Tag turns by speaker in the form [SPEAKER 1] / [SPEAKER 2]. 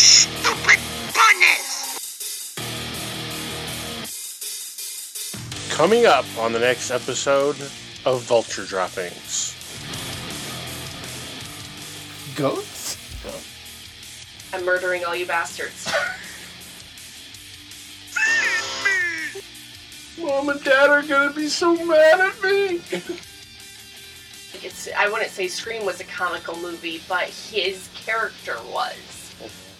[SPEAKER 1] stupid bunnies!
[SPEAKER 2] Coming up on the next episode of Vulture Droppings.
[SPEAKER 3] Goats?
[SPEAKER 4] I'm murdering all you bastards.
[SPEAKER 2] Mom and Dad are gonna be so mad at me.
[SPEAKER 4] it's I wouldn't say Scream was a comical movie, but his character was.